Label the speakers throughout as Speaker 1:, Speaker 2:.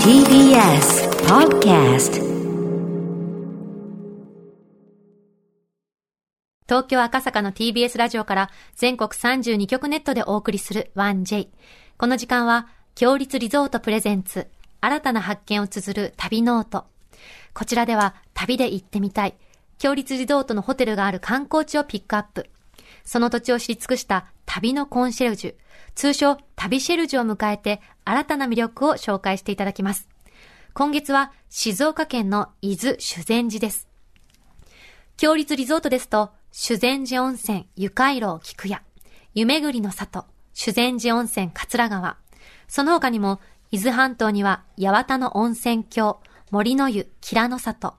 Speaker 1: TBS Podcast
Speaker 2: 東京赤坂の TBS ラジオから全国32局ネットでお送りする 1J。この時間は、強立リゾートプレゼンツ、新たな発見を綴る旅ノート。こちらでは、旅で行ってみたい、強立リゾートのホテルがある観光地をピックアップ。その土地を知り尽くした旅のコンシェルジュ、通称旅シェルジュを迎えて、新たな魅力を紹介していただきます。今月は、静岡県の伊豆修善寺です。強立リゾートですと、修善寺温泉、湯海楼菊屋、湯巡りの里、修善寺温泉桂川。その他にも、伊豆半島には、八幡の温泉郷、森の湯、キラの里、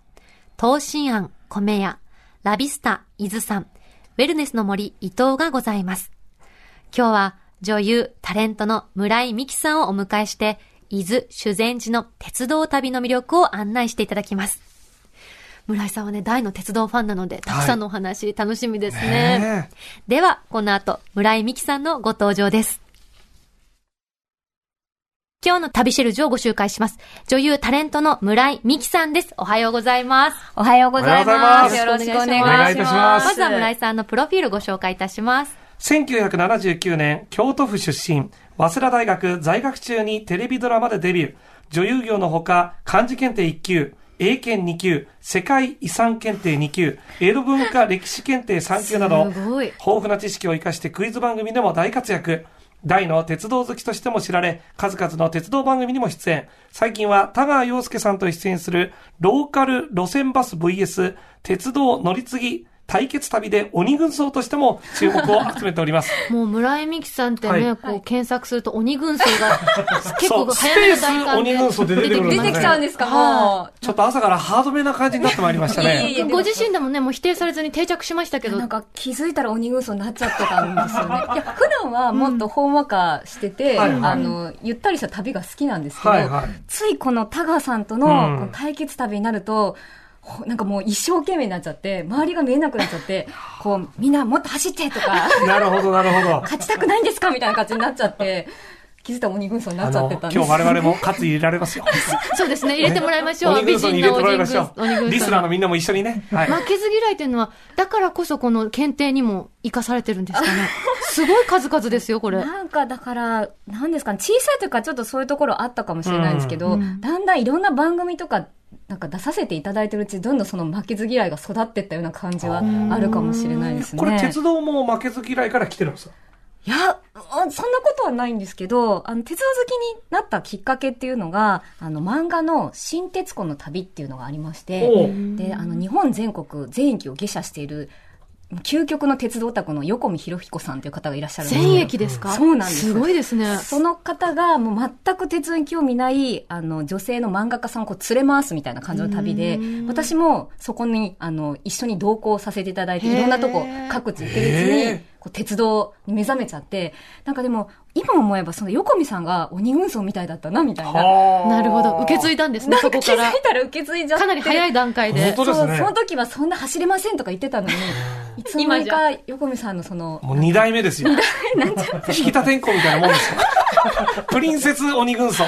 Speaker 2: 東新庵、米屋、ラビスタ、伊豆山、ウェルネスの森、伊東がございます。今日は女優、タレントの村井美樹さんをお迎えして、伊豆修善寺の鉄道旅の魅力を案内していただきます。村井さんはね、大の鉄道ファンなので、たくさんのお話、楽しみですね。
Speaker 3: ね
Speaker 2: では、この後、村井美樹さんのご登場です。今日の旅シェルジュをご紹介します。女優、タレントの村井美樹さんです。おはようございます。
Speaker 1: おはようござい
Speaker 3: おはよう
Speaker 1: ま
Speaker 3: ご
Speaker 1: す
Speaker 3: ざ
Speaker 1: よ
Speaker 3: い
Speaker 1: ろ
Speaker 3: ま
Speaker 1: し
Speaker 2: す
Speaker 1: くお願いし
Speaker 3: お願いいたしま
Speaker 1: ます
Speaker 3: す
Speaker 2: まずは村井
Speaker 1: 井
Speaker 2: さんのプロフィールご紹介いたします。
Speaker 3: 1979年、京都府出身、早稲田大学在学中にテレビドラマでデビュー、女優業のほか、漢字検定1級、英検2級、世界遺産検定2級、江戸文化歴史検定3級など、
Speaker 2: すごい
Speaker 3: 豊富な知識を生かしてクイズ番組でも大活躍。大の鉄道好きとしても知られ、数々の鉄道番組にも出演。最近は田川陽介さんと出演するローカル路線バス VS 鉄道乗り継ぎ対決旅で鬼軍曹としても注目を集めており ます。
Speaker 2: もう村井美樹さんってね、
Speaker 3: はい
Speaker 2: こう検索すると鬼軍曹 が結構
Speaker 3: そう
Speaker 2: 早めの
Speaker 3: スペー
Speaker 2: 段階
Speaker 3: ス
Speaker 2: で
Speaker 3: 鬼軍曹って出てくるん
Speaker 1: 出
Speaker 3: だね
Speaker 1: てきちゃうんですかも
Speaker 3: ちょっと朝からハードめな感じになってまいりましたね。
Speaker 1: いえいえ
Speaker 2: ご自身でもね、もう否定されずに定着しましたけ
Speaker 1: う
Speaker 2: ど
Speaker 1: なん、か気づいたら鬼軍曹になっちゃってたんですよねいや普段はもっとほんわかしてて、
Speaker 3: はいはい
Speaker 1: あのゆったりした旅が好きなんですけど、
Speaker 3: はいはい。
Speaker 1: ついこのタガさんとの
Speaker 3: うん
Speaker 1: この対決旅になると、ほなんかもう一生懸命になっちゃって、周りが見えなくなっちゃって、こう、みんなもっと走って とか、
Speaker 3: なるほど、なるほど。
Speaker 1: 勝ちたくないんですかみたいな感じになっちゃって、気づいたら鬼軍曹にな
Speaker 3: あ
Speaker 1: っちゃっ
Speaker 3: の、
Speaker 1: てた
Speaker 3: 今
Speaker 1: ん
Speaker 3: 日
Speaker 1: です。
Speaker 3: 我々も喝入れられ ますよ。
Speaker 2: そうですね、入れてもらいましょう。
Speaker 3: 鬼軍曹に入れてもらいましょ
Speaker 2: 美人の鬼軍
Speaker 3: う。リスナーのみんなも一緒にね。はい。
Speaker 2: 負けず嫌いっていうのは、だからこそこの検定にも生かされてるん ですかね。すごい数々ですよ、これ。
Speaker 1: なんかだから、なんですかね、小さい時からちょっとそういうところあったかもしれないんですけど、
Speaker 2: うんうん
Speaker 1: だんだんいろんな番組とか、なんか出させていただいてるうち、どんどんその負けず嫌いが育ってったような感じはあるかもしれないですね。
Speaker 3: これ鉄道も負けず嫌いから来てるんですよ。
Speaker 1: いや、あそんなことはないんですけど、あの、鉄道好きになったきっかけっていうのが、あの、漫画の新鉄子の旅っていうのがありまして、
Speaker 3: おう
Speaker 1: で、あの、日本全国、全域を下車している、究極の鉄道オタクの横見博彦さんという方がいらっしゃるんですけど
Speaker 2: 千駅ですか
Speaker 1: そうなんです
Speaker 2: すごいですね。
Speaker 1: その方がもう全く鉄道に興味ないあの女性の漫画家さんをこう連れ回すみたいな感じの旅で
Speaker 2: うん、
Speaker 1: 私もそこにあの一緒に同行させていただいて、
Speaker 2: へー
Speaker 1: いろんなとこ各地行ってる
Speaker 3: へ
Speaker 1: うち
Speaker 3: ー
Speaker 1: に、こう鉄道に目覚めちゃって、なんかでも今思えばその横見さんが鬼軍曹みたいだったなみたいな。
Speaker 3: はあ
Speaker 2: なるほど。受け継いだんですね、そこ
Speaker 1: 気づ
Speaker 2: か
Speaker 1: い
Speaker 2: ら。
Speaker 1: たら受け継いじゃって。
Speaker 2: かなり早い段階で
Speaker 3: 本。当です
Speaker 1: そう
Speaker 3: ね
Speaker 1: その時はそんな走れませんとか言ってたのに、いつの間にか横見さんのその、
Speaker 3: もう二代目ですよ。引きた天候みたいなもんですよ。プリンセス鬼軍曹。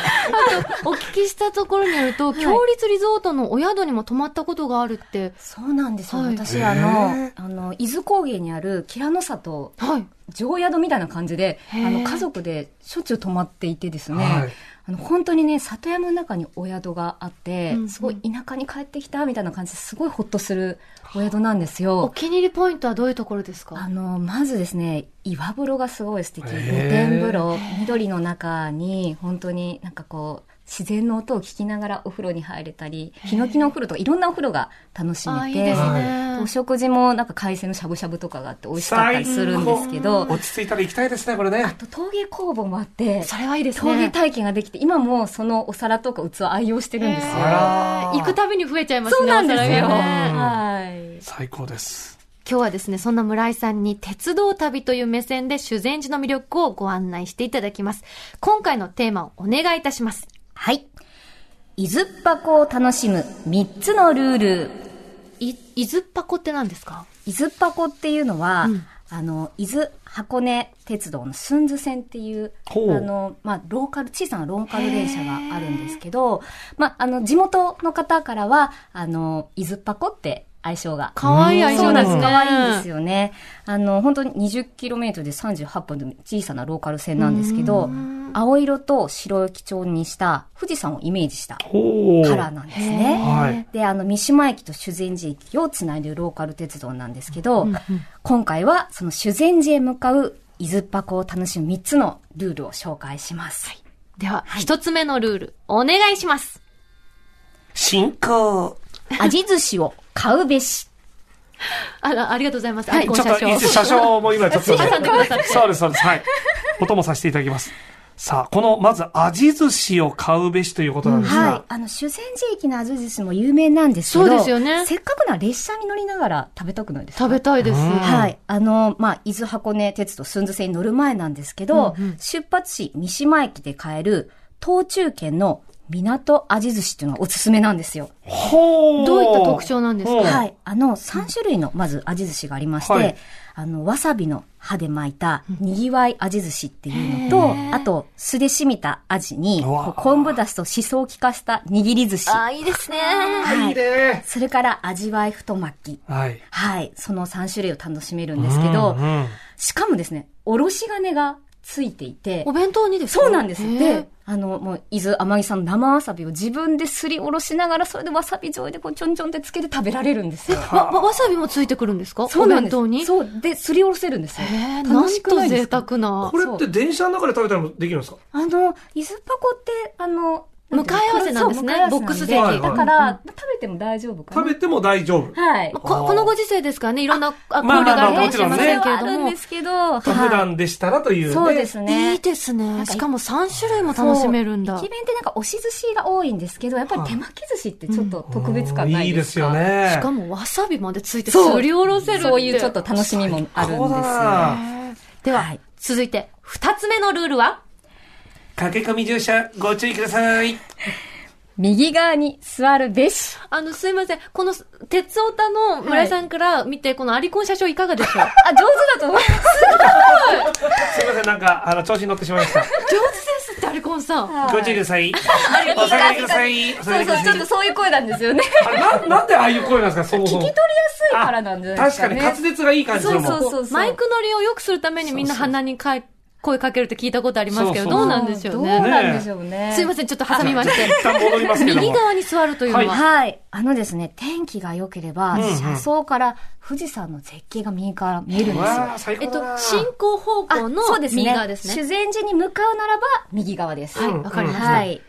Speaker 2: お聞きしたところによると、強立リゾートのお宿にも泊まったことがあるって。
Speaker 1: そうなんですよ。
Speaker 2: はい
Speaker 1: 私、あの
Speaker 3: へ、
Speaker 1: あの、伊豆高原にあるキラノ里、
Speaker 2: はい。
Speaker 1: 常宿みたいな感じで、あ
Speaker 2: へー
Speaker 1: の、家族でしょっちゅう泊まっていてですね、
Speaker 3: はい
Speaker 1: あの、本当にね、里山の中にお宿があって、
Speaker 2: うんうん
Speaker 1: すごい田舎に帰ってきたみたいな感じですごいほっとするお宿なんです
Speaker 2: お
Speaker 1: よ。
Speaker 2: 気に入りポイントはどういうところです
Speaker 1: あ
Speaker 2: か
Speaker 1: の、まずですね、岩風呂がすごい素敵。
Speaker 3: へ
Speaker 1: 露
Speaker 3: ー
Speaker 1: 天風呂、緑の中に、本当になんかこう、自然の音を聞きながらお風呂に入れたり、ヒノキのお風呂とかいろんなお風呂が楽し
Speaker 2: あ、
Speaker 1: め
Speaker 2: いい
Speaker 1: て、
Speaker 2: です
Speaker 1: お
Speaker 2: ね。
Speaker 1: 食事もなんか海鮮のしゃぶしゃぶとかがあって美味しかったりするんですけど、
Speaker 3: 落ち着いたら行きたいですね、これ
Speaker 1: あ
Speaker 3: ね。
Speaker 1: と陶芸工房もあって、
Speaker 2: それはいいです
Speaker 1: 陶芸
Speaker 2: ね。
Speaker 1: 体験ができて、今もそのお皿とか器愛用してるんですよ。
Speaker 2: へー
Speaker 3: あら
Speaker 2: 行くたびに増えちゃいますね。
Speaker 1: そうなんですよ。
Speaker 2: お皿がね
Speaker 1: はい。
Speaker 3: 最高です。
Speaker 2: 今日はですね、そんな村井さんに鉄道旅という目線で修善寺の魅力をご案内していただきます。今回のテーマをお願いいたします。
Speaker 1: はい。伊豆っ箱を楽しむ3つのルール。
Speaker 2: い、伊豆っ箱って何ですか
Speaker 1: 伊豆っ箱っていうのは、
Speaker 2: うん
Speaker 1: あの、伊豆箱根鉄道の寸図線っていう、あ
Speaker 3: ほう
Speaker 1: の、まあ、ローカル、小さなローカル電車があるんですけど、まあ、あの、地元の方からは、あの、伊豆パコって愛称が。
Speaker 2: かわいい愛
Speaker 1: そ
Speaker 2: 称
Speaker 1: う
Speaker 2: で
Speaker 1: なん
Speaker 2: す
Speaker 1: で
Speaker 2: ね。
Speaker 1: す。可愛いんですよね。あの、本当に 20km で38分で小さなローカル線なんですけど、青色と白を基調にした富士山をイメージした
Speaker 3: ほう。
Speaker 1: カラーなんです
Speaker 2: へ
Speaker 1: ね
Speaker 2: ー。
Speaker 3: はい。
Speaker 1: で、あの、三島駅と修善寺駅をつないでるローカル鉄道なんですけど、今回はその修善寺へ向かう伊豆箱を楽しむ3つのルールを紹介します。
Speaker 2: では、一つ目のルール、お願いします。
Speaker 3: 進行。
Speaker 1: 味寿司を買うべし。
Speaker 2: あら、ありがとうございます。
Speaker 1: はい
Speaker 2: アイコン
Speaker 3: ちょっといいです車掌も今ちょっと。
Speaker 2: 挟んでください
Speaker 3: そうです、そうです。はい。音もさせていただきます。さあ、この、まず、味寿司を買うべしということなんです
Speaker 1: はい
Speaker 3: が。。
Speaker 1: あの、修善寺駅の味寿司も有名なんですけど、
Speaker 2: そうですよね
Speaker 1: せっかくなら列車に乗りながら食べたくないですか
Speaker 2: 食べたいです。
Speaker 3: うん
Speaker 1: はい。あの、まあ、伊豆箱根鉄道寸頭線に乗る前なんですけど、出発し三島駅で買える東中圏の港味寿司っていうのがおすすめなんですよ。
Speaker 3: ほう。
Speaker 2: どういった特徴なんですか
Speaker 3: ほう
Speaker 1: はい。あの、3種類の、まず、味寿司がありまして、
Speaker 3: はい
Speaker 1: あの、わさびの歯で巻いた、にぎわい味寿司っていうのと、あと、酢で染みた味に、
Speaker 3: うわ
Speaker 1: こう昆布だしとしそを効かした握り寿司。
Speaker 2: あ、いいですね。
Speaker 1: はい
Speaker 3: いいね。
Speaker 1: それから、味わい太巻き。
Speaker 3: はい。
Speaker 1: はい。その3種類を楽しめるんですけど、
Speaker 3: うんうん
Speaker 1: しかもですね、おろし金がついていて
Speaker 2: お、弁当にですか
Speaker 1: そうなんです。
Speaker 2: へ
Speaker 1: で、あの、もう、伊豆天城さんの生わさびを自分ですりおろしながら、それでわさび醤油でこう、ちょんちょんってつけて食べられるんですよ。
Speaker 2: ーわ、わわさびもついてくるんですか
Speaker 1: そうなん
Speaker 2: お弁
Speaker 1: です。
Speaker 2: 当に。
Speaker 1: そう。で、すりおろせるんですよ。
Speaker 2: へーな
Speaker 1: 楽
Speaker 2: ん
Speaker 1: しく
Speaker 2: と
Speaker 1: ないで
Speaker 2: 贅
Speaker 1: すか
Speaker 2: 沢な
Speaker 3: こ。れって電車の中で食べたりもできるんですか
Speaker 1: あの、伊豆パコって、あの、
Speaker 2: 向かい合わせなんですね
Speaker 1: そう向かい合わせ
Speaker 2: ボックス
Speaker 3: 席
Speaker 1: なんでだから、
Speaker 2: はいは
Speaker 1: 食べても大丈夫かな。
Speaker 3: 食べても大丈夫。
Speaker 1: はい。
Speaker 2: まあここのご時世ですからね、いろんなあ
Speaker 3: まあ
Speaker 2: 交流があるか
Speaker 3: まあ
Speaker 2: もしれませんけれ
Speaker 1: あ
Speaker 2: ど
Speaker 1: るん
Speaker 2: も
Speaker 1: で。すけど、
Speaker 3: 普段でしたらというね。
Speaker 1: そうですね。
Speaker 2: いいですね。
Speaker 1: んか
Speaker 2: しかも3種類も楽しめるんだ
Speaker 1: そう。駅弁ってなんか押し寿司が多いんですけど、やっぱり手巻き寿司ってちょっと特別感ないですか、
Speaker 3: うんいいですよね。
Speaker 2: しかもわさびまでついてす
Speaker 1: そう
Speaker 2: りおろせるって
Speaker 1: そういうちょっと楽しみもあるんです
Speaker 3: 最高
Speaker 1: よ
Speaker 3: だ
Speaker 1: ね。
Speaker 3: な
Speaker 2: では、
Speaker 1: はい
Speaker 2: 続いて2つ目のルールは
Speaker 3: 駆け込み乗車、ご注意ください。
Speaker 1: 右側に座るべし。
Speaker 2: あの、すいません。この、鉄オタの村井さんから見て、このアリコン社長いかがでしょう
Speaker 1: あ、上手だと思います。
Speaker 3: すいません、なんか、あの、調子に乗ってしまいました。
Speaker 2: 上手ですって、アリコンさん。
Speaker 3: ご注意ください。お下がりください。お下が
Speaker 1: そう
Speaker 3: りくだ
Speaker 1: そう、ち
Speaker 3: さ
Speaker 1: ょっ
Speaker 3: い
Speaker 1: と。そういう声なんですよね。
Speaker 3: あれな、なんでああいう声なんですか、そもそ
Speaker 1: 聞
Speaker 3: も
Speaker 1: き取りや。すいからなんじゃないで
Speaker 3: 確
Speaker 1: す
Speaker 3: か
Speaker 1: か
Speaker 3: に
Speaker 1: ね。
Speaker 3: 滑舌がいい感じするもん。
Speaker 1: そうそうそう
Speaker 2: マイク乗りを良くするためにみんな鼻にかい声かけるって聞いたことありますけど、
Speaker 3: そうそう
Speaker 2: どうなんでしょう
Speaker 1: どう
Speaker 2: ね。
Speaker 1: なんでしょうね。
Speaker 2: すいません、ちょっと挟みまして。
Speaker 3: 一旦戻りますけど
Speaker 2: 右
Speaker 3: も。
Speaker 2: 側に座るというのは、
Speaker 1: はい。あのですね、天気が良ければ、
Speaker 3: うんうん
Speaker 1: 車窓から富士山の絶景が右から見えるんですよ。
Speaker 3: わあ、最
Speaker 2: えっ
Speaker 3: 高だ
Speaker 2: と、
Speaker 3: な。
Speaker 2: 進行方
Speaker 1: あ
Speaker 2: 向の
Speaker 1: そうですね
Speaker 2: 右側ですね。
Speaker 1: 修善寺に向かうならば、右側です。
Speaker 2: はい、
Speaker 3: うん
Speaker 2: わかりました。
Speaker 1: はい。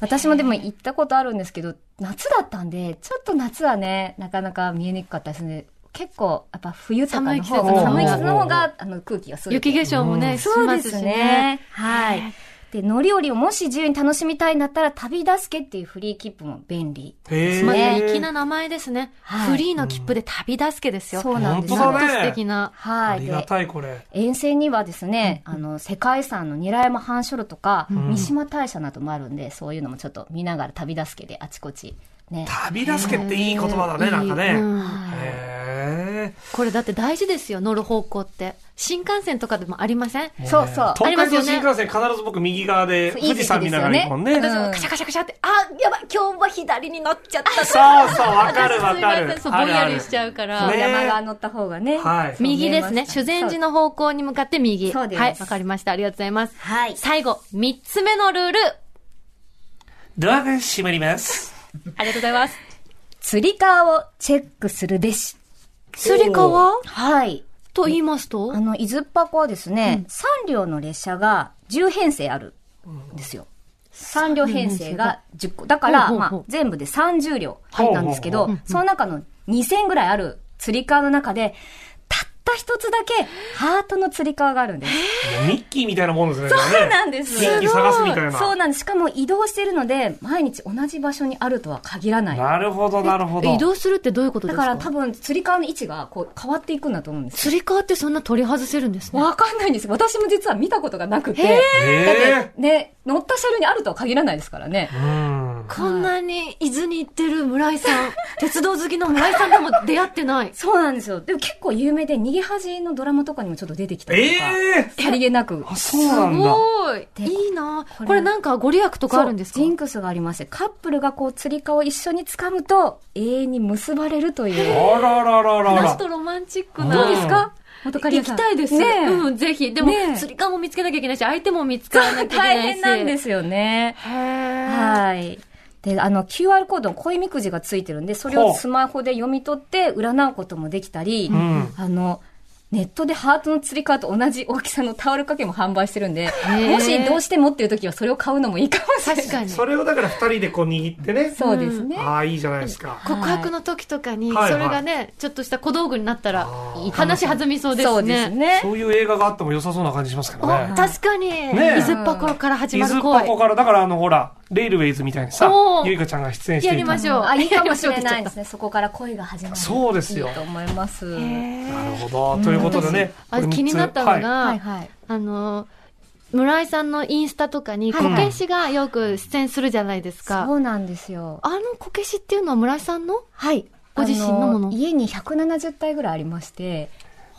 Speaker 1: 私もでも行ったことあるんですけど、夏だったんで、ちょっと夏はね、なかなか見えにくかったですね。結構、やっぱ冬とかの方
Speaker 2: 寒い季節の方
Speaker 1: が、
Speaker 2: が
Speaker 1: 寒い季節の方が、あの、空気がする。
Speaker 2: 雪化粧もね、し
Speaker 1: そう
Speaker 2: ま
Speaker 1: です
Speaker 2: し
Speaker 1: す
Speaker 2: ね。
Speaker 1: ね。はい。で、乗り降りをもし自由に楽しみたいんだったら、旅助けっていうフリー切符も便利。
Speaker 3: へ
Speaker 2: まあ、
Speaker 1: ね
Speaker 2: 粋な名前ですね、
Speaker 1: はい
Speaker 2: フリーの切符で旅助けですよ。
Speaker 1: そうなんです
Speaker 3: 本
Speaker 1: よ。
Speaker 3: 当だね
Speaker 2: 素敵な。
Speaker 1: は
Speaker 3: あ
Speaker 1: い。
Speaker 3: り
Speaker 1: で
Speaker 3: がたい、これ。
Speaker 1: 沿線にはですね、あの、世界遺産の韮山反射炉とか、
Speaker 3: ん
Speaker 1: 三島大社などもあるんで、そういうのもちょっと見ながら旅助けであちこち、ね。
Speaker 3: 旅助けっていい言葉だね、なんか
Speaker 2: いいう
Speaker 3: ね。
Speaker 2: ん
Speaker 3: へ
Speaker 2: これだって大事ですよ、乗る方向って。新幹線とかでもありません
Speaker 3: え。
Speaker 1: そうそう
Speaker 3: 東
Speaker 2: ありま
Speaker 3: 海
Speaker 2: すよ
Speaker 3: 道
Speaker 2: ね
Speaker 3: 新幹線必ず僕右側で
Speaker 1: そう
Speaker 3: 富士山見ながら行くもん
Speaker 1: いいです
Speaker 3: ね
Speaker 1: よ
Speaker 2: 私
Speaker 1: ね。
Speaker 2: もカシャカシャカシャって、あ、やばい、今日は左に乗っちゃった。
Speaker 3: そうそう、わかるわ
Speaker 2: すいま
Speaker 3: か
Speaker 2: せん
Speaker 3: る。
Speaker 2: そうぼんやりしち
Speaker 3: う。
Speaker 2: ゃうから。
Speaker 1: そう
Speaker 3: ね
Speaker 1: 山側乗った方がね。
Speaker 3: はい
Speaker 1: そう
Speaker 2: 右です
Speaker 1: 見え
Speaker 2: ね。
Speaker 1: ます
Speaker 2: 修
Speaker 1: から
Speaker 2: 善寺の方向に向かって右。
Speaker 1: そうです
Speaker 2: はい、わかりました。ありがとうございます。
Speaker 1: はい
Speaker 2: 最後、三つ目のルール。
Speaker 3: ドアが閉まります。
Speaker 2: ありがとうございます。
Speaker 1: つり革をチェックするべし。
Speaker 2: すり革
Speaker 1: はい。
Speaker 2: と言いますと
Speaker 1: あの、伊豆箱はですね、三両の列車が10編成あるんですよ。三両編成が10個。だか
Speaker 2: ほ
Speaker 1: ら、
Speaker 2: うほう
Speaker 1: ま
Speaker 2: ほう
Speaker 1: あ、全部で30両なんですけ
Speaker 3: ほう
Speaker 1: ど、その中の2000ぐらいある釣り革の中で、たった一つだけ、ハートの釣り革があるんです。
Speaker 3: ミッキーみたいなもんですね。
Speaker 1: そうなんです
Speaker 3: ミッキー探すみたい
Speaker 1: そう
Speaker 3: な。
Speaker 1: なんです。しかも移動してるので、毎日同じ場所にあるとは限らない。
Speaker 3: なるほど、なるほど。
Speaker 2: 移動するってどういうことで
Speaker 1: だ
Speaker 2: す
Speaker 1: か
Speaker 2: から
Speaker 1: 多分、釣り革の位置がこう変わっていくんだと思うんですよ
Speaker 2: つり革ってそんな取り外せるんですね。
Speaker 1: わかんないんです。私も実は見たことがなくて。
Speaker 2: へ
Speaker 1: だってね、乗った車両にあるとは限らないですからね。
Speaker 3: うん。
Speaker 2: こんなに伊豆に行ってる村井さん、鉄道好きの村井さんとも出会ってない。
Speaker 1: そうなんですよ。でも結構有名で、逃げ恥のドラマとかにもちょっと出てきたりとか、
Speaker 3: ええ
Speaker 1: さりげなく。
Speaker 3: あ、
Speaker 2: す
Speaker 3: そうなんだ。
Speaker 2: ごい。
Speaker 1: で
Speaker 2: いいなこ
Speaker 1: こ
Speaker 2: れ
Speaker 1: れ
Speaker 2: なんかご利益とかあるんですか
Speaker 1: そうジンクスがありまして、カップルがこう、釣り革を一緒に掴むと、永遠に結ばれるという。
Speaker 3: あらららら
Speaker 2: ラス
Speaker 3: ら。
Speaker 2: トロマンチック
Speaker 3: うん
Speaker 2: な。
Speaker 1: どうですか元カリ
Speaker 2: 行
Speaker 1: アさ
Speaker 2: き
Speaker 1: ん
Speaker 2: たいです。
Speaker 1: ねえ
Speaker 2: うん、ぜひ。でも
Speaker 1: ね、え
Speaker 2: 釣り革も見つけなきゃいけないし、相手も見つからなきゃいけないし。。
Speaker 1: 大変なんですすよね。
Speaker 2: へー。
Speaker 1: はい。で、あの、QR コードの恋みくじがついてるんで、それをスマホで読み取って占うこともできたり、
Speaker 3: ん
Speaker 1: あの、ネットでハートの釣り革と同じ大きさのタオル掛けも販売してるんで、
Speaker 2: ー
Speaker 1: もしどうしてもっていう時はそれを買うのもいいかもしれない。
Speaker 2: 確かに。
Speaker 3: それをだから二人でこう握ってね。
Speaker 1: そうですね。
Speaker 3: ああ、いいじゃないですか。
Speaker 2: 告白の時とかに、そ
Speaker 3: はい
Speaker 2: れがね、ちょっとした小道具になったら
Speaker 3: あ、ー
Speaker 2: 話弾みそうですね。
Speaker 1: そうですね。
Speaker 3: そういう映画があっても良さそうな感じしますけど
Speaker 2: お
Speaker 3: ね。
Speaker 2: 確かに、
Speaker 3: え
Speaker 2: 伊豆っ箱から始
Speaker 3: 伊
Speaker 2: まる
Speaker 3: 豆
Speaker 2: 恋。
Speaker 3: 箱から、だからあの、ほら、レイルウェイズみたいにさ
Speaker 2: お、ー
Speaker 3: ゆいかちゃんが出演して
Speaker 2: や
Speaker 3: いた。
Speaker 2: りましょう。
Speaker 1: あ、いいかもしれないですね。そこから恋が始まる。
Speaker 3: そうですよ
Speaker 1: いいと思います。
Speaker 3: なるほど。ということでね。
Speaker 2: あ
Speaker 3: これ三つ
Speaker 2: 気になったのが、
Speaker 3: はい
Speaker 1: はいはい。
Speaker 2: あの、村井さんのインスタとかに、
Speaker 1: はい
Speaker 2: こけしがよく出演するじゃないですか。
Speaker 1: そうなんですよ。
Speaker 2: あのこけしっていうのは村井さんの
Speaker 1: はい。
Speaker 2: ご自身のもの
Speaker 1: あ家に170体ぐらいありまして、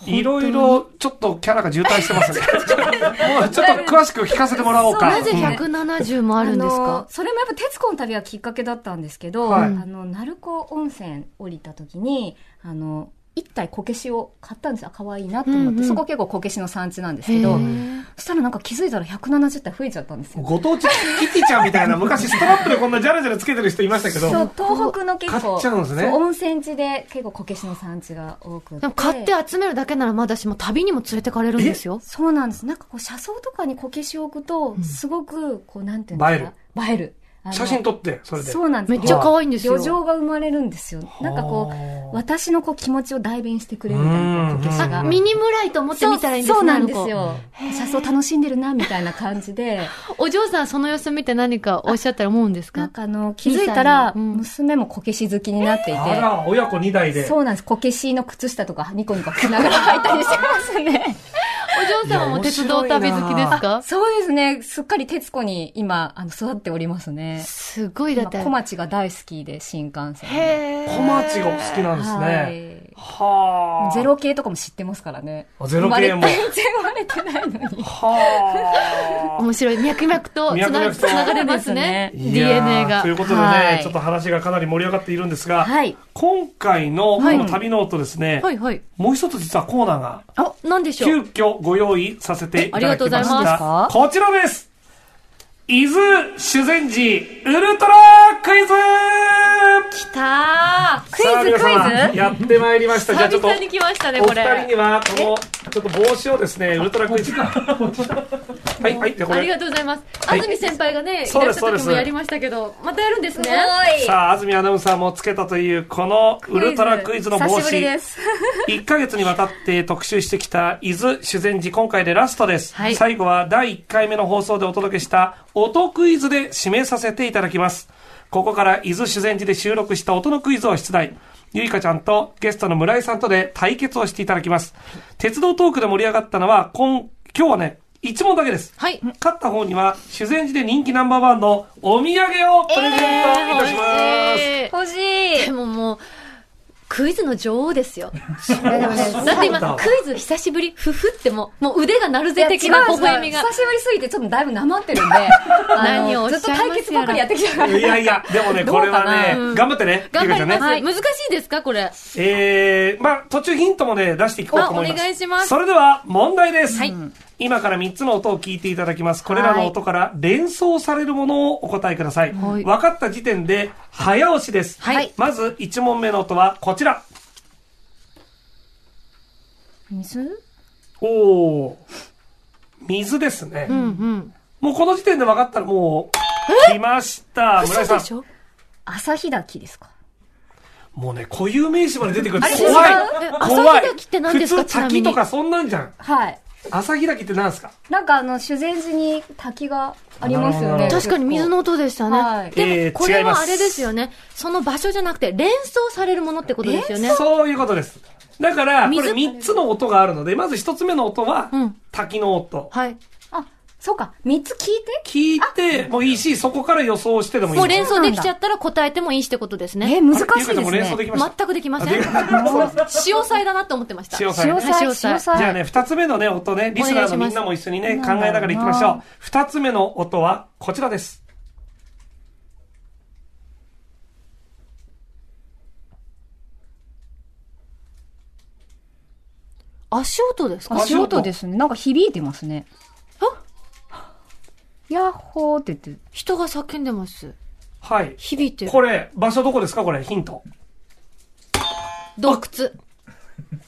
Speaker 3: いろいろ、ちょっとキャラが渋滞してます ね。もうちょっと詳しく聞かせてもらおうか。
Speaker 2: なぜ
Speaker 3: うん
Speaker 2: 170もあるんです
Speaker 1: の
Speaker 2: か、
Speaker 1: それもやっぱ徹子の旅がきっかけだったんですけど、
Speaker 3: はい
Speaker 1: あの鳴子温泉降りた時にあの一体こけしを買ったんですよあ可愛いなと思って、
Speaker 2: うんうん
Speaker 1: そこ結構こけしの産地なんです
Speaker 2: へ
Speaker 1: け
Speaker 2: ー
Speaker 1: ど
Speaker 3: うん
Speaker 1: そしたらなんか気づいたら170体増えちゃったんですよ
Speaker 3: ご当地キティちゃんみたいな、昔ストラップでこんなジャラジャラつけてる人いましたけ
Speaker 1: そ
Speaker 3: ど
Speaker 1: う、東北の結構
Speaker 3: 買っちゃうんですね
Speaker 1: そう温泉地で結構こけしの産地が多くて
Speaker 2: でも買って集めるだけならまだしも旅にも連れてかれるんですよ。
Speaker 1: そうなんですなんかこう車窓とかにこけしを置くとすごくこうなんていうんですか映えるあの
Speaker 3: 写真撮って、それで。
Speaker 1: そうなんで
Speaker 2: め
Speaker 1: す
Speaker 2: っちゃ可愛いんですよ。
Speaker 1: 余剰が生まれるんですよなんかこう
Speaker 3: はあ
Speaker 1: 私のこう気持ちを代弁してくれるみたいなこけし
Speaker 3: うん
Speaker 1: が。
Speaker 2: あ、ミニ村井と思ってみたらいいんです
Speaker 1: そうそうなんで
Speaker 2: あの子
Speaker 1: すよ。車窓楽しんでるな、みたいな感じで。
Speaker 2: お嬢さんその様子見て何かおっしゃったら思うんですか
Speaker 1: なんかあの、気づいたら、
Speaker 2: うん
Speaker 1: 娘もこけし好きになってい
Speaker 3: あら、親子2代
Speaker 1: て。
Speaker 3: で。
Speaker 1: そうなんです。こけしの靴下とかニコニコしながら履いたりしてますね。
Speaker 2: お嬢さんも鉄道旅好きですか
Speaker 1: そうですね。すっかり徹子に今、あの、育っておりますね。
Speaker 2: すごいだ
Speaker 1: 今
Speaker 2: って。
Speaker 1: 小町が大好きで、新幹線。
Speaker 2: へー
Speaker 3: 小町がお好きなんですね。は
Speaker 1: はい。
Speaker 3: あ。
Speaker 1: ゼロ系とかも知ってますからね。
Speaker 3: あゼロ系も
Speaker 1: 生まれ全然生まれてないのに。
Speaker 3: はあ。
Speaker 2: 面白い。脈々とつ
Speaker 3: 脈
Speaker 2: な
Speaker 3: 々と
Speaker 2: つながれますね。
Speaker 3: いやー
Speaker 2: DNA が
Speaker 3: とい。うことで
Speaker 1: は
Speaker 3: ね
Speaker 1: い、
Speaker 3: ちょっと話がかなり盛り上がっているんですが、
Speaker 1: はい。
Speaker 3: 今回のこ
Speaker 1: はい
Speaker 3: の旅ノートですね、
Speaker 2: はいはい。
Speaker 3: もう一つ実はコーナーが
Speaker 2: あ、なんでしょ
Speaker 3: 急
Speaker 2: う
Speaker 3: 遽ご用意させていただきま
Speaker 2: ありがとうござい
Speaker 3: し
Speaker 1: ま
Speaker 3: た。
Speaker 1: す
Speaker 3: こちらです伊豆修善寺ウルトラクイズ
Speaker 2: 来たー
Speaker 1: クイズ
Speaker 3: さあ皆様
Speaker 1: クイズ
Speaker 3: やってまいりました。じゃあちょ
Speaker 2: 久
Speaker 3: っと、
Speaker 2: 々に来ましたね、
Speaker 3: お
Speaker 2: こ
Speaker 3: 二人に
Speaker 2: れ。
Speaker 3: は、この、ちょっと帽子をですね、ウルトラクイズ。はい、はい、じゃあこ
Speaker 2: あり
Speaker 3: れ。
Speaker 2: がとうございます。
Speaker 3: い
Speaker 2: 安住先輩がね、いら
Speaker 3: そうで
Speaker 2: し
Speaker 3: す
Speaker 2: た
Speaker 3: そうで
Speaker 2: 時
Speaker 3: す
Speaker 2: もやりましたけど、またやるんですね。
Speaker 1: い。
Speaker 3: さあ、安住アナウンサーもつけたという、このウルトラクイズの帽
Speaker 1: 久しぶり
Speaker 3: 子
Speaker 1: で。す。
Speaker 3: 1ヶ月にわたって特集してきた伊豆修善寺、今回でラストです。
Speaker 2: はい
Speaker 3: 最後は第1回目の放送でお届けした音クイズで締めさせていただきます。ここから伊豆修善寺で収録した音のクイズを出題。ゆいかちゃんとゲストの村井さんとで対決をしていただきます。鉄道トークで盛り上がったのは、今、今日はね、1問だけです。
Speaker 2: はい。
Speaker 3: 勝った方には修善寺で人気ナンバーワンのお土産をプレゼントいたします。
Speaker 2: えー
Speaker 1: 欲しい。
Speaker 2: でももう、クイズの女王ですよ。
Speaker 3: そう
Speaker 2: だって
Speaker 3: なん
Speaker 2: 今、クイズ久しぶり、ふふってもう、もう腕が鳴るぜ的な微笑みが
Speaker 1: 久。しぶりすぎてちょっとだいぶなまってるんで、
Speaker 2: 何をおっし
Speaker 1: ず
Speaker 2: ゃい
Speaker 1: っ
Speaker 2: ますやら
Speaker 1: と対決ばっかりやってきたから。
Speaker 3: いやいや、でもね、
Speaker 1: どう
Speaker 3: こ
Speaker 1: か
Speaker 3: れ
Speaker 1: な
Speaker 3: はね、頑張ってね。
Speaker 2: 頑張り
Speaker 3: ゆうかちゃんね
Speaker 2: ます。
Speaker 1: はい
Speaker 2: 難しいですか、これ。
Speaker 3: えー、まあ、途中ヒントもね、出していこうと思いま
Speaker 2: あ
Speaker 3: す。
Speaker 2: お願いします
Speaker 3: それでは、問題です。
Speaker 2: はい
Speaker 3: 今から3つの音を聞いていただきます。これらの音から連想されるものをお答えください。
Speaker 2: はい
Speaker 3: 分かった時点で、早押しです。
Speaker 2: はい
Speaker 3: まず、1問目の音はこちら。
Speaker 1: 水
Speaker 3: おー。水ですね。
Speaker 2: うんうん。
Speaker 3: もうこの時点で分かったらもう、来ました。村井
Speaker 2: 嘘
Speaker 3: さん
Speaker 2: で。しょ
Speaker 1: 朝日滝ですか
Speaker 3: もうね、固有名詞まで出てくる。
Speaker 1: あれ
Speaker 3: 怖い
Speaker 1: 違う
Speaker 2: え。
Speaker 3: 怖
Speaker 2: 朝
Speaker 3: い。
Speaker 2: 日滝って何ですか
Speaker 3: 普
Speaker 2: ちなみ
Speaker 3: 通
Speaker 2: に
Speaker 3: 滝とかそんなんじゃん。
Speaker 1: はい。
Speaker 3: 朝日滝って何すか
Speaker 1: なんかあの、修善寺に滝があります
Speaker 3: なるほど
Speaker 1: よ
Speaker 3: なる
Speaker 1: ね。
Speaker 3: ほど
Speaker 2: 確かに水の音でしたね。
Speaker 1: は
Speaker 3: え
Speaker 1: い
Speaker 2: で
Speaker 3: ー
Speaker 2: も、こ
Speaker 3: 違
Speaker 2: れ
Speaker 3: います
Speaker 2: はあれですよね。その場所じゃなくて、連想されるものってことですよね。
Speaker 3: そういうことです。だから、これ
Speaker 2: 水
Speaker 3: 3つの音があるので、まず1つ目の音は
Speaker 2: うん、
Speaker 3: 滝の音。
Speaker 2: はい。
Speaker 1: あ、そうか、3つ聞いて
Speaker 3: 聞いてもいいし、そこから予想してでもいい
Speaker 2: も
Speaker 3: の
Speaker 2: う連想できちゃったら答えてもいいしってことです
Speaker 1: え、
Speaker 2: ね。
Speaker 1: 難し
Speaker 3: ってう
Speaker 1: い
Speaker 3: か
Speaker 1: で
Speaker 3: も
Speaker 1: す
Speaker 3: 連想で
Speaker 1: ね。
Speaker 3: きました。
Speaker 2: 全くできません。塩菜だなって思ってました。
Speaker 3: 塩さん
Speaker 1: 潮
Speaker 3: ね。
Speaker 1: 騒、
Speaker 2: 塩
Speaker 1: 潮
Speaker 2: 騒
Speaker 1: 騒。
Speaker 3: じゃあね、二つ目のね、音ね、リスナーのみんなも一緒にね、
Speaker 1: お
Speaker 3: 考
Speaker 1: 願いします
Speaker 3: えながら行きましょう。二つ目の音はこちらです。
Speaker 2: 足音ですか
Speaker 1: 足音ですね。なんか響いてますね。ヤッホーって言って。
Speaker 2: 人が叫んでます。
Speaker 3: はい。
Speaker 2: 響いてる。
Speaker 3: これ、場所どこですかこれ、ヒント。
Speaker 2: 洞窟。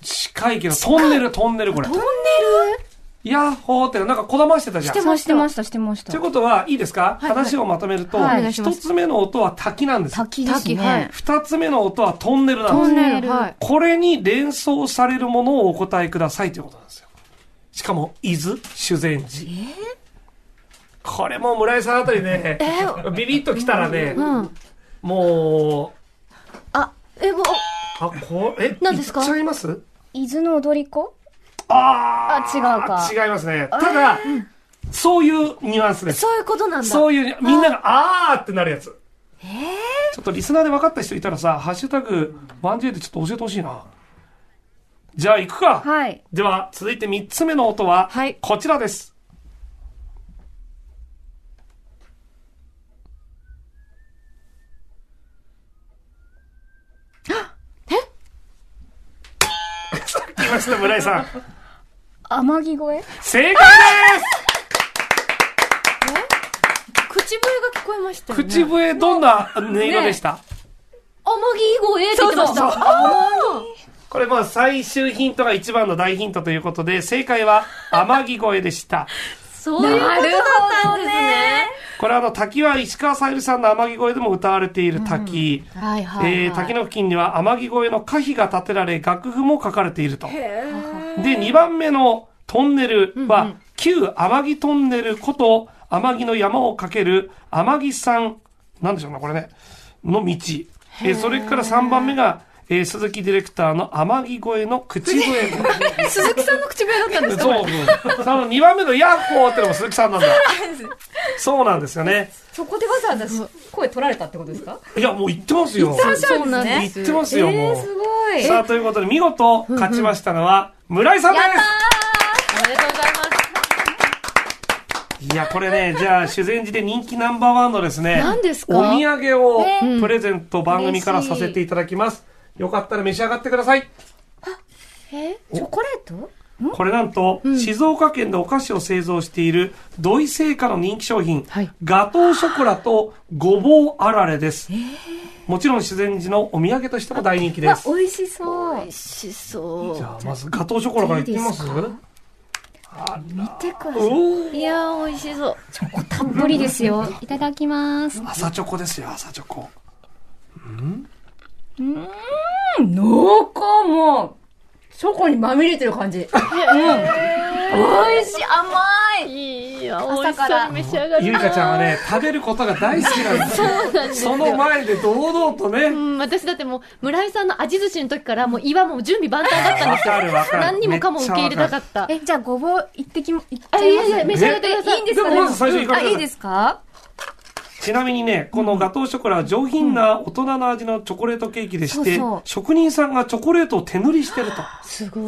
Speaker 3: 近いけど、トンネル、トンネル、これ。
Speaker 2: トンネ
Speaker 3: ヤッホーって、なんかこだましてたじゃん。
Speaker 2: して
Speaker 3: と
Speaker 2: ま
Speaker 1: そう
Speaker 2: し
Speaker 1: したてました、してました
Speaker 3: いう。ことは、いいですか、
Speaker 2: はい
Speaker 3: 話をまとめると、
Speaker 2: はいお願いし
Speaker 3: 一、
Speaker 2: ます
Speaker 3: つ目の音は滝なんです。
Speaker 1: 滝です
Speaker 2: 滝はい
Speaker 1: ね。
Speaker 3: 二つ目の音はトンネルなん
Speaker 2: ル
Speaker 3: で
Speaker 2: ト
Speaker 3: す。
Speaker 2: ンネ
Speaker 1: トンネ
Speaker 2: ル。
Speaker 1: ル
Speaker 2: はい。
Speaker 3: これに連想されるものをお答えくださいということなんですよ。しかも、伊豆修善寺。これも村井さんあたりね、ビビッときたらね、
Speaker 2: うん。
Speaker 3: もう、
Speaker 2: あ、え、もう、
Speaker 3: あ、こえ、
Speaker 2: 何ですか
Speaker 3: いっちゃいます
Speaker 1: 伊豆の踊り子
Speaker 3: あー
Speaker 1: あ違う
Speaker 3: 違いますね。ただ、そういうニュアンスです。
Speaker 2: そういうことなんだ。
Speaker 3: そういう、みんなが、あーってなるやつ。ちょっとリスナーで分かった人いたらさ、ハッシュタグ、ワンジェイでちょっと教えてほしいな。じゃあ行くか。
Speaker 1: はい。
Speaker 3: では、続いて3つ目の音は
Speaker 2: はい、
Speaker 3: こちらです。 さっき言いました、村井さん。
Speaker 1: 天城越
Speaker 3: 正解です
Speaker 2: 口笛が聞こえましたよね。
Speaker 3: 口笛どんな音色でした、
Speaker 2: 天城越えって言ってました。
Speaker 3: そうそうそう
Speaker 2: あ
Speaker 3: これまあ最終ヒントが一番の大ヒントということで、正解は天城越えでし
Speaker 2: ー
Speaker 3: た。
Speaker 2: そういうことだったんですね。
Speaker 3: これあの滝は石川さゆりさんの天城越えでも歌われている滝。
Speaker 2: はいは
Speaker 3: えー滝の付近には天城越えの歌碑が建てられ、楽譜も書かれていると。で、2番目のトンネルは、旧天城トンネルこと天城の山をかける天城山、なんでしょうね、これね、の道。えーそれから3番目が、えー鈴木ディレクターの天城越えの口笛。
Speaker 2: 鈴木さんの口笛だったんですか
Speaker 3: そう、うんその2番目のヤッホーってのも鈴木さんなんだ。そうなんですよね。
Speaker 1: えそこでわざわざ声取られたってことですか
Speaker 3: いや、もう言ってますよ。
Speaker 2: そうなん
Speaker 3: 言ってますよ、もう。
Speaker 1: ご
Speaker 3: さあ、ということで、見事、勝ちましたのは、村井さんで
Speaker 2: やったーおめでとうございます。
Speaker 3: すいや、これね、じゃあ、修善寺で人気ナンバーワンのですね、
Speaker 2: 何ですか
Speaker 3: お土産を
Speaker 1: え
Speaker 3: プレゼント番組からさせていただきます。よかったら召し上がってください。
Speaker 2: え
Speaker 1: チョコレート
Speaker 3: これなんと、静岡県でお菓子を製造している土井製菓の人気商品、
Speaker 2: はい
Speaker 3: ガトーショコラとごぼうあられです、もちろん自然寺のお土産としても大人気です
Speaker 1: 美味しそう。
Speaker 2: 美味しそう
Speaker 3: じ。ゃあまずガトーショコラからいってみます
Speaker 1: いい見てください。
Speaker 3: おー
Speaker 2: いやー、美味しそう。
Speaker 1: たっぷりですよ。いただきます。
Speaker 3: 朝チョコですよ朝チョコ
Speaker 4: 濃厚もう、チョコにまみれてる感じ。
Speaker 2: 美味しい、甘い。いや、美味しそうに召し上がる。
Speaker 3: ゆりかちゃんはね食べることが大好きなんです
Speaker 2: そうなんですよ
Speaker 3: その前で堂々とね、
Speaker 2: うん、私だってもう、村井さんの味寿司の時から、もう岩も準備万端だったん
Speaker 3: わ
Speaker 2: ですよ。
Speaker 3: かるわかる
Speaker 2: 何にもかも受け入れたか
Speaker 3: っ
Speaker 2: った。
Speaker 1: え、じゃあごぼう行ってきも、行っち
Speaker 2: あ、
Speaker 1: ゃ
Speaker 2: い
Speaker 1: い
Speaker 2: やいや、
Speaker 1: ま
Speaker 2: 召し上がってください。
Speaker 4: いいんですか
Speaker 3: でもまず最初に行
Speaker 4: あ、
Speaker 3: かれ
Speaker 4: い
Speaker 3: て
Speaker 4: い
Speaker 3: ください
Speaker 4: ですか
Speaker 3: ちなみにね、このガトーショコラは上品な大人の味のチョコレートケーキでして、
Speaker 1: そうそう
Speaker 3: 職人さんがチョコレートを手塗りしてると。
Speaker 2: すごい。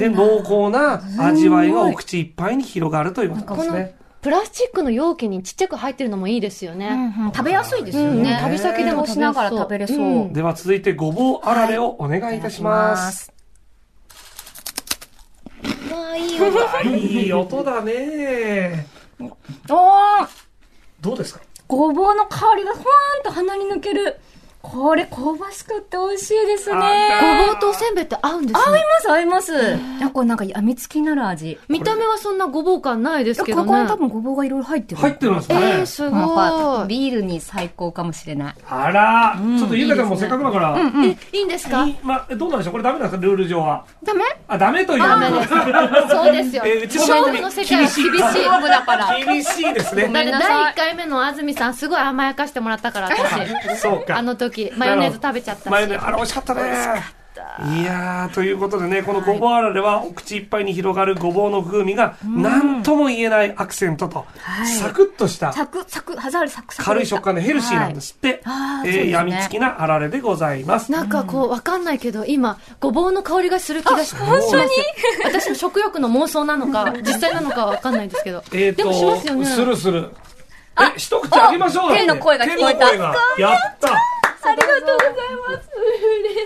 Speaker 3: で、濃厚な味わいがお口いっぱいに広がるということですね。
Speaker 2: プラスチックの容器にちっちゃく入ってるのもいいですよね。
Speaker 1: 食べやすいですよ
Speaker 2: うん、
Speaker 1: ね。
Speaker 2: 旅先でも食べやすそう
Speaker 1: しながら食べれそう。
Speaker 2: ん
Speaker 3: では続いてごぼうあられをお願いいたします。。
Speaker 2: まあ、いいよ。
Speaker 3: いい音だね。
Speaker 4: おー
Speaker 3: どうですか
Speaker 4: ごぼうの香りがふわーんと鼻に抜ける。これ香ばしくって美味しいですね。
Speaker 3: あ
Speaker 2: ごぼうとおせんべいって合うんですね。
Speaker 4: 合います、合います。
Speaker 1: なんかなんか病みつきになる味。
Speaker 2: 見た目はそんなごぼう感ないです
Speaker 1: こ
Speaker 2: けどね。
Speaker 1: こに多分ごぼうがいろいろ入ってる。
Speaker 3: 入ってるんですかね。
Speaker 2: えー、すごい。
Speaker 1: なんかビールに最高かもしれない。
Speaker 3: あら、ちょっとゆうかちゃんもせっかくだから。
Speaker 2: え、いいんですか
Speaker 3: いまあ、どうなんでしょうこれダメなんですかルール上は。
Speaker 1: ダメ
Speaker 3: あ、ダメという
Speaker 2: ダメです。そうですよ。
Speaker 3: えーうちの
Speaker 2: 勝負の世界は厳しい。だ
Speaker 4: だから。
Speaker 3: 厳しいですね。
Speaker 2: って第1回目の安住さん、すごい甘やかしてもらったから、私。
Speaker 3: そうか。
Speaker 2: あの時、マヨネーズ食べちゃった
Speaker 3: マヨ
Speaker 2: し
Speaker 3: ネ。ーズ、あれ美味しかったね。
Speaker 2: した。
Speaker 3: いやー、ということでね、このごぼうあられは、お口いっぱいに広がるごぼうの風味が、なんとも言えないアクセントと、
Speaker 4: はい
Speaker 3: サクッとした、
Speaker 4: サクサク、ハザールサクサク
Speaker 3: 軽
Speaker 4: で
Speaker 3: い
Speaker 4: した。
Speaker 3: 食感でヘルシーなんですって、
Speaker 2: あー
Speaker 3: え
Speaker 2: そうです
Speaker 3: ー
Speaker 2: ね
Speaker 3: やみつきなあられでございます。
Speaker 2: なんかこう、わかんないけど、今、ごぼうの香りがする気がします。
Speaker 3: 当に
Speaker 2: 私も食欲の妄想なのか、実際なのかわかんないですけど。
Speaker 3: えー
Speaker 2: でもしますよね。
Speaker 3: するする。え、一口あげましょうだって
Speaker 1: 天の声が聞こえた
Speaker 3: 天の声がやった
Speaker 4: ありがとうございます。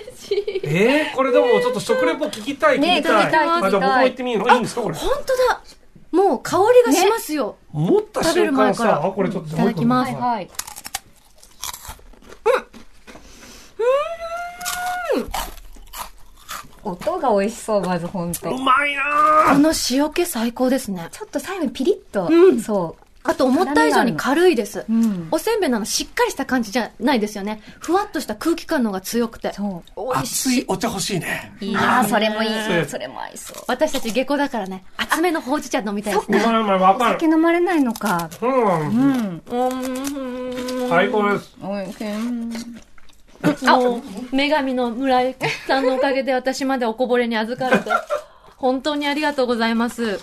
Speaker 4: 嬉しい。
Speaker 3: えー、これでもちょっと食レポ聞きたい、聞
Speaker 1: ね
Speaker 3: きたい。
Speaker 1: 聞きたい
Speaker 3: あ、じゃあ僕も行ってみるのいいんですかこれ。
Speaker 2: 本当だもう香りがしますよ。
Speaker 3: 持った
Speaker 2: 食べ
Speaker 3: 瞬
Speaker 2: る前
Speaker 3: 間
Speaker 2: から
Speaker 3: さ、あこれちょっと
Speaker 2: いただきま
Speaker 4: は
Speaker 2: す
Speaker 4: い
Speaker 3: もう一個
Speaker 4: はい。うん。音が美味しそう、まず本当。
Speaker 3: う
Speaker 4: ち
Speaker 3: まいな
Speaker 2: こ
Speaker 3: ー
Speaker 2: の塩気最高ですね。
Speaker 4: ょっと最後にピリッと、
Speaker 2: うん
Speaker 4: そ
Speaker 2: あと思った以上に軽いです。
Speaker 4: う。うん。
Speaker 2: おせんべいなのしっかりした感じじゃないですよね。ふわっとした空気感の方が強くて。
Speaker 4: そ
Speaker 2: 美味し
Speaker 3: 熱いお茶欲しいね。
Speaker 2: い。
Speaker 4: ああ、それもい
Speaker 3: そ
Speaker 4: い。
Speaker 3: うです
Speaker 4: それも合いそう。
Speaker 2: 私たち下校だからね、厚めのほうじ茶飲みたいです
Speaker 3: うま
Speaker 2: ね。
Speaker 3: いうまい、わ
Speaker 4: お
Speaker 3: か
Speaker 4: 酒
Speaker 3: る。
Speaker 4: 飲まれないのか。
Speaker 3: うん。
Speaker 4: うん。
Speaker 3: 最高です。
Speaker 4: おいしい。
Speaker 2: あ、女神の村井さんのおかげで私までおこぼれに預かれて、本当にありがとうございます。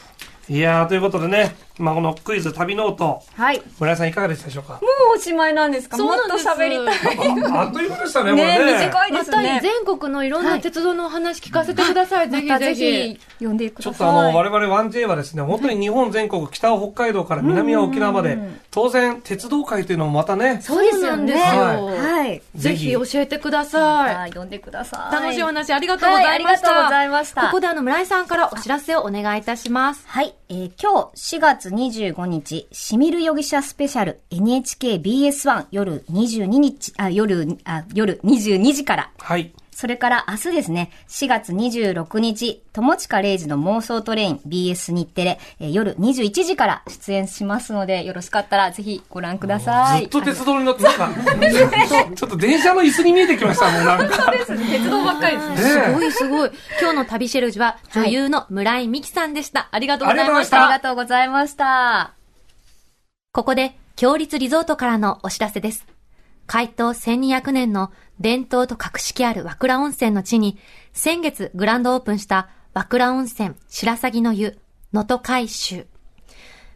Speaker 3: いやー、ということでね、まあ、このクイズ旅ノート、
Speaker 4: はい。も
Speaker 3: 村井さんいかがでしたでしょうか
Speaker 4: うおしまいなんですか
Speaker 2: そう
Speaker 4: もっ
Speaker 2: なん
Speaker 4: と
Speaker 2: です
Speaker 4: 喋りたい。
Speaker 3: ああっという間でしたね、こ
Speaker 4: ね
Speaker 3: れね。
Speaker 4: 短いで
Speaker 2: ますた
Speaker 4: ね。
Speaker 2: 全国のいろんな鉄道のお話聞かせてください。ぜひぜひ。
Speaker 4: 呼んでくだ
Speaker 3: ち
Speaker 4: さ
Speaker 3: ょ
Speaker 4: い。
Speaker 3: っとあの、我々 1J はですね、本当に日本全国、北は北海道から南は沖縄まで、当然、鉄道界というのもまたね、
Speaker 4: そうです
Speaker 2: な
Speaker 4: よ
Speaker 2: んで
Speaker 4: ね。
Speaker 2: すよ。
Speaker 4: はい。
Speaker 2: ぜひ教えてください。
Speaker 4: あ呼んでください。
Speaker 2: 楽しいお話ありがとうございました。
Speaker 4: はいありがとうございました
Speaker 2: ここであの村井さんからお知らせをお願いいたします。
Speaker 1: はい、えー今日4月25日、しみる容疑者スペシャル NHKBS1 夜22日、あ、夜、あ、夜22時から、
Speaker 3: はい。
Speaker 1: それから明日ですね、4月26日、友近0時の妄想トレイン BS 日テレ、えー夜21時から出演しますので、よろしかったらぜひご覧ください。
Speaker 3: ずっと鉄道に乗って、なんか、ちょっと電車の椅子に見えてきましたもん、なんか。
Speaker 4: 鉄道ばっかりですね。
Speaker 3: ね
Speaker 2: すごいすごい。今日の旅シェルジュは女優の村井美樹さんでした。ありがとうございまし
Speaker 3: ありがとうございました
Speaker 2: た
Speaker 1: あり。がとうございました。
Speaker 2: ここで、強立リゾートからのお知らせです。開湯1200年の伝統と格式ある和倉温泉の地に、先月グランドオープンした和倉温泉白鷺の湯、能登海舟。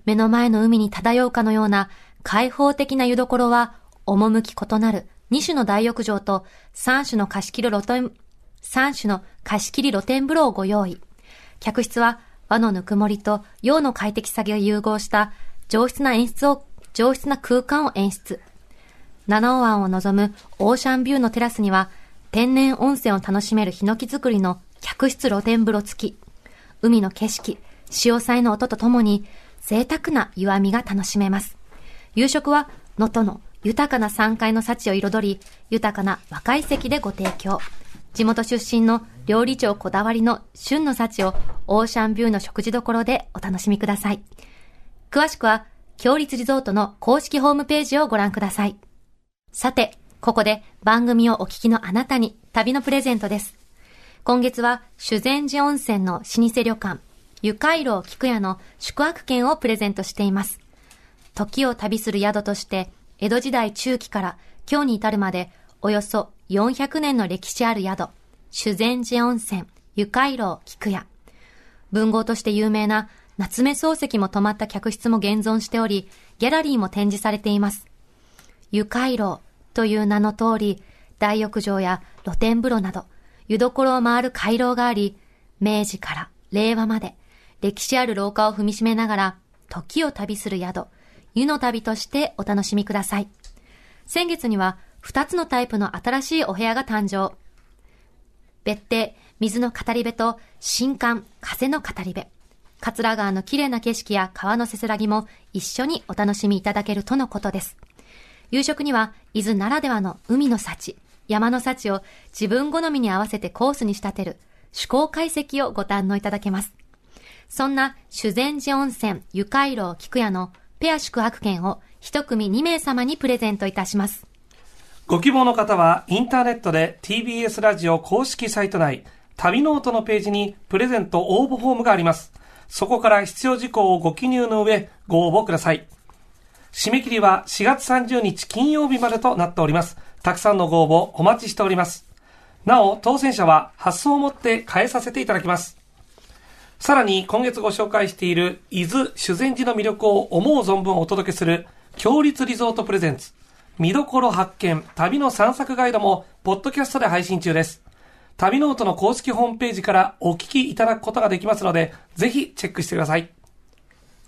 Speaker 2: 目の前の海に漂うかのような開放的な湯どころは、趣異なる2種の大浴場と3種の貸し切り露天、3種の貸し切り露天風呂をご用意。客室は和のぬくもりと洋の快適さが融合した上質な演出を、上質な空間を演出。七尾湾を望むオーシャンビューのテラスには、天然温泉を楽しめるヒノキ作りの客室露天風呂付き。海の景色、潮騒の音とともに、贅沢な湯あみが楽しめます。夕食は、能登の豊かな山海の幸を彩り、豊かな若い席でご提供。地元出身の料理長こだわりの旬の幸をオーシャンビューの食事どころでお楽しみください。詳しくは、強立リゾートの公式ホームページをご覧ください。さて、ここで番組をお聞きのあなたに旅のプレゼントです。今月は修善寺温泉の老舗旅館、ゆかいろう菊屋の宿泊券をプレゼントしています。時を旅する宿として、江戸時代中期から今日に至るまで、およそ400年の歴史ある宿、修善寺温泉、ゆかいろう菊屋。文豪として有名な夏目漱石も泊まった客室も現存しており、ギャラリーも展示されています。湯回廊という名の通り、大浴場や露天風呂など、湯どころを回る回廊があり、明治から令和まで、歴史ある廊下を踏みしめながら、時を旅する宿、湯の旅としてお楽しみください。先月には、2つのタイプの新しいお部屋が誕生。別邸、水の語り部と、新館、風の語り部。桂川の綺麗な景色や川のせせらぎも一緒にお楽しみいただけるとのことです。夕食には伊豆ならではの海の幸、山の幸を自分好みに合わせてコースに仕立てる趣向解析をご堪能いただけます。そんな修善寺温泉湯回廊菊屋のペア宿泊券を一組2名様にプレゼントいたします。
Speaker 3: ご希望の方は、インターネットで TBS ラジオ公式サイト内、旅ノートのページにプレゼント応募フォームがあります。そこから必要事項をご記入の上、ご応募ください。締め切りは4月30日金曜日までとなっております。たくさんのご応募お待ちしております。なお、当選者は発送をもって変えさせていただきます。さらに、今月ご紹介している伊豆修善寺の魅力を思う存分お届けする、強立リゾートプレゼンツ、見どころ発見、旅の散策ガイドも、ポッドキャストで配信中です。旅ノートの公式ホームページからお聞きいただくことができますので、ぜひチェックしてください。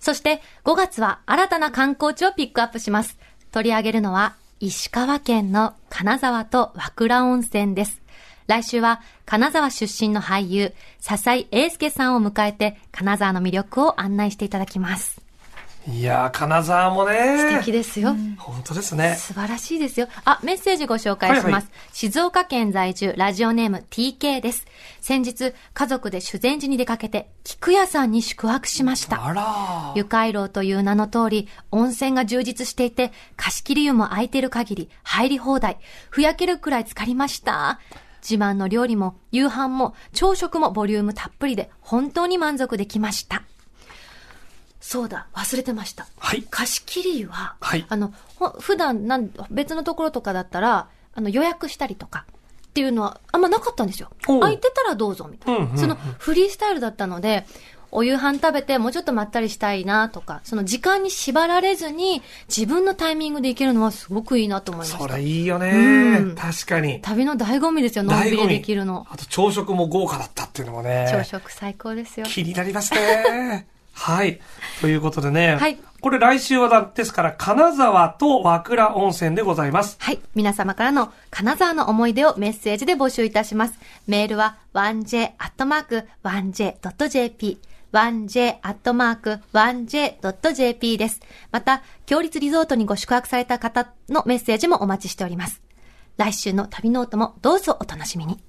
Speaker 2: そして5月は新たな観光地をピックアップします。取り上げるのは石川県の金沢と和倉温泉です。来週は金沢出身の俳優、笹井英介さんを迎えて金沢の魅力を案内していただきます。
Speaker 3: いやー、金沢もね。
Speaker 2: 素敵ですよ。
Speaker 3: 本当ですね。
Speaker 2: 素晴らしいですよ。あ、メッセージご紹介します。
Speaker 3: はいはい
Speaker 2: 静岡県在住、ラジオネーム TK です。先日、家族で修善寺に出かけて、菊屋さんに宿泊しました。
Speaker 3: あら
Speaker 2: 湯海楼という名の通り、温泉が充実していて、貸し切り湯も空いてる限り、入り放題、ふやけるくらい浸かりました。自慢の料理も、夕飯も、朝食もボリュームたっぷりで、本当に満足できました。そうだ、忘れてました。
Speaker 3: はい
Speaker 2: 貸し切り湯は、
Speaker 3: はい
Speaker 2: あの、ほ普段なん、別のところとかだったら、あの、予約したりとか、っていうのはあんまなかったんですよ。
Speaker 3: おう
Speaker 2: 空いてたらどうぞ、みたいな。
Speaker 3: うんうんうん
Speaker 2: そのフリースタイルだったので、お夕飯食べてもうちょっとまったりしたいなとか、その時間に縛られずに自分のタイミングで行けるのはすごくいいなと思いま
Speaker 3: そ
Speaker 2: した。
Speaker 3: れいいよ
Speaker 2: う
Speaker 3: ね
Speaker 2: ん。
Speaker 3: 確かに。
Speaker 2: 旅の醍醐味ですよ、のんびりできるの。
Speaker 3: あと朝食も豪華だったっていうのもね。
Speaker 2: 朝食最高ですよ。
Speaker 3: 気になります ね。はい。ということでね。
Speaker 2: はい
Speaker 3: これ来週はだ、ですから、金沢と和倉温泉でございます。
Speaker 2: はい。皆様からの金沢の思い出をメッセージで募集いたします。メールは 1j.1j.jp 1j.1j.jp です。また、強立リゾートにご宿泊された方のメッセージもお待ちしております。来週の旅ノートもどうぞお楽しみに。